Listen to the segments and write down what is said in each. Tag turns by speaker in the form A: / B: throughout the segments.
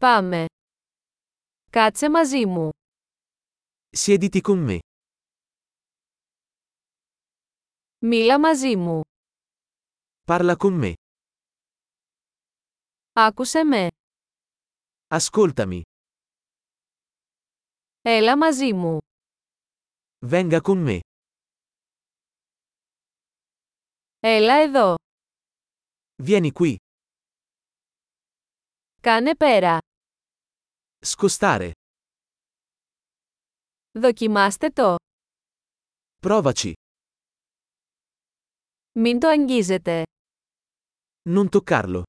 A: Πάμε. Κάτσε μαζί μου.
B: Siediti con me.
A: Μίλα μαζί μου.
B: Parla con me.
A: Άκουσε με.
B: Ascoltami.
A: Έλα μαζί μου.
B: Venga con me.
A: Έλα εδώ.
B: Vieni qui.
A: Κάνε πέρα.
B: Scostare.
A: Δοκιμάστε το.
B: Provaci.
A: Μην το αγγίζετε.
B: Non toccarlo.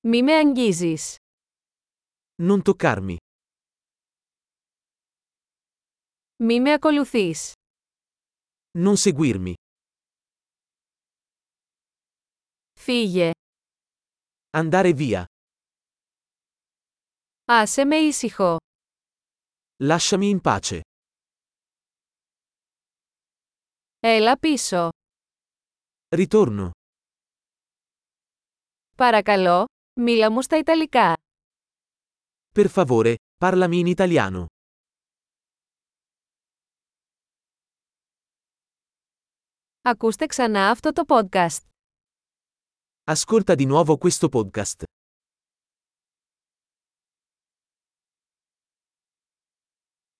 A: Μη με αγγίζεις.
B: Non toccarmi.
A: Μη με ακολουθείς.
B: Non seguirmi.
A: Φύγε.
B: Andare via.
A: Άσε με ήσυχο.
B: Lasciami in pace.
A: Έλα πίσω.
B: Ritorno.
A: Παρακαλώ, μίλα μου στα Ιταλικά.
B: Per favore, parlami in italiano.
A: Ακούστε ξανά αυτό το podcast.
B: Ascolta di nuovo questo podcast.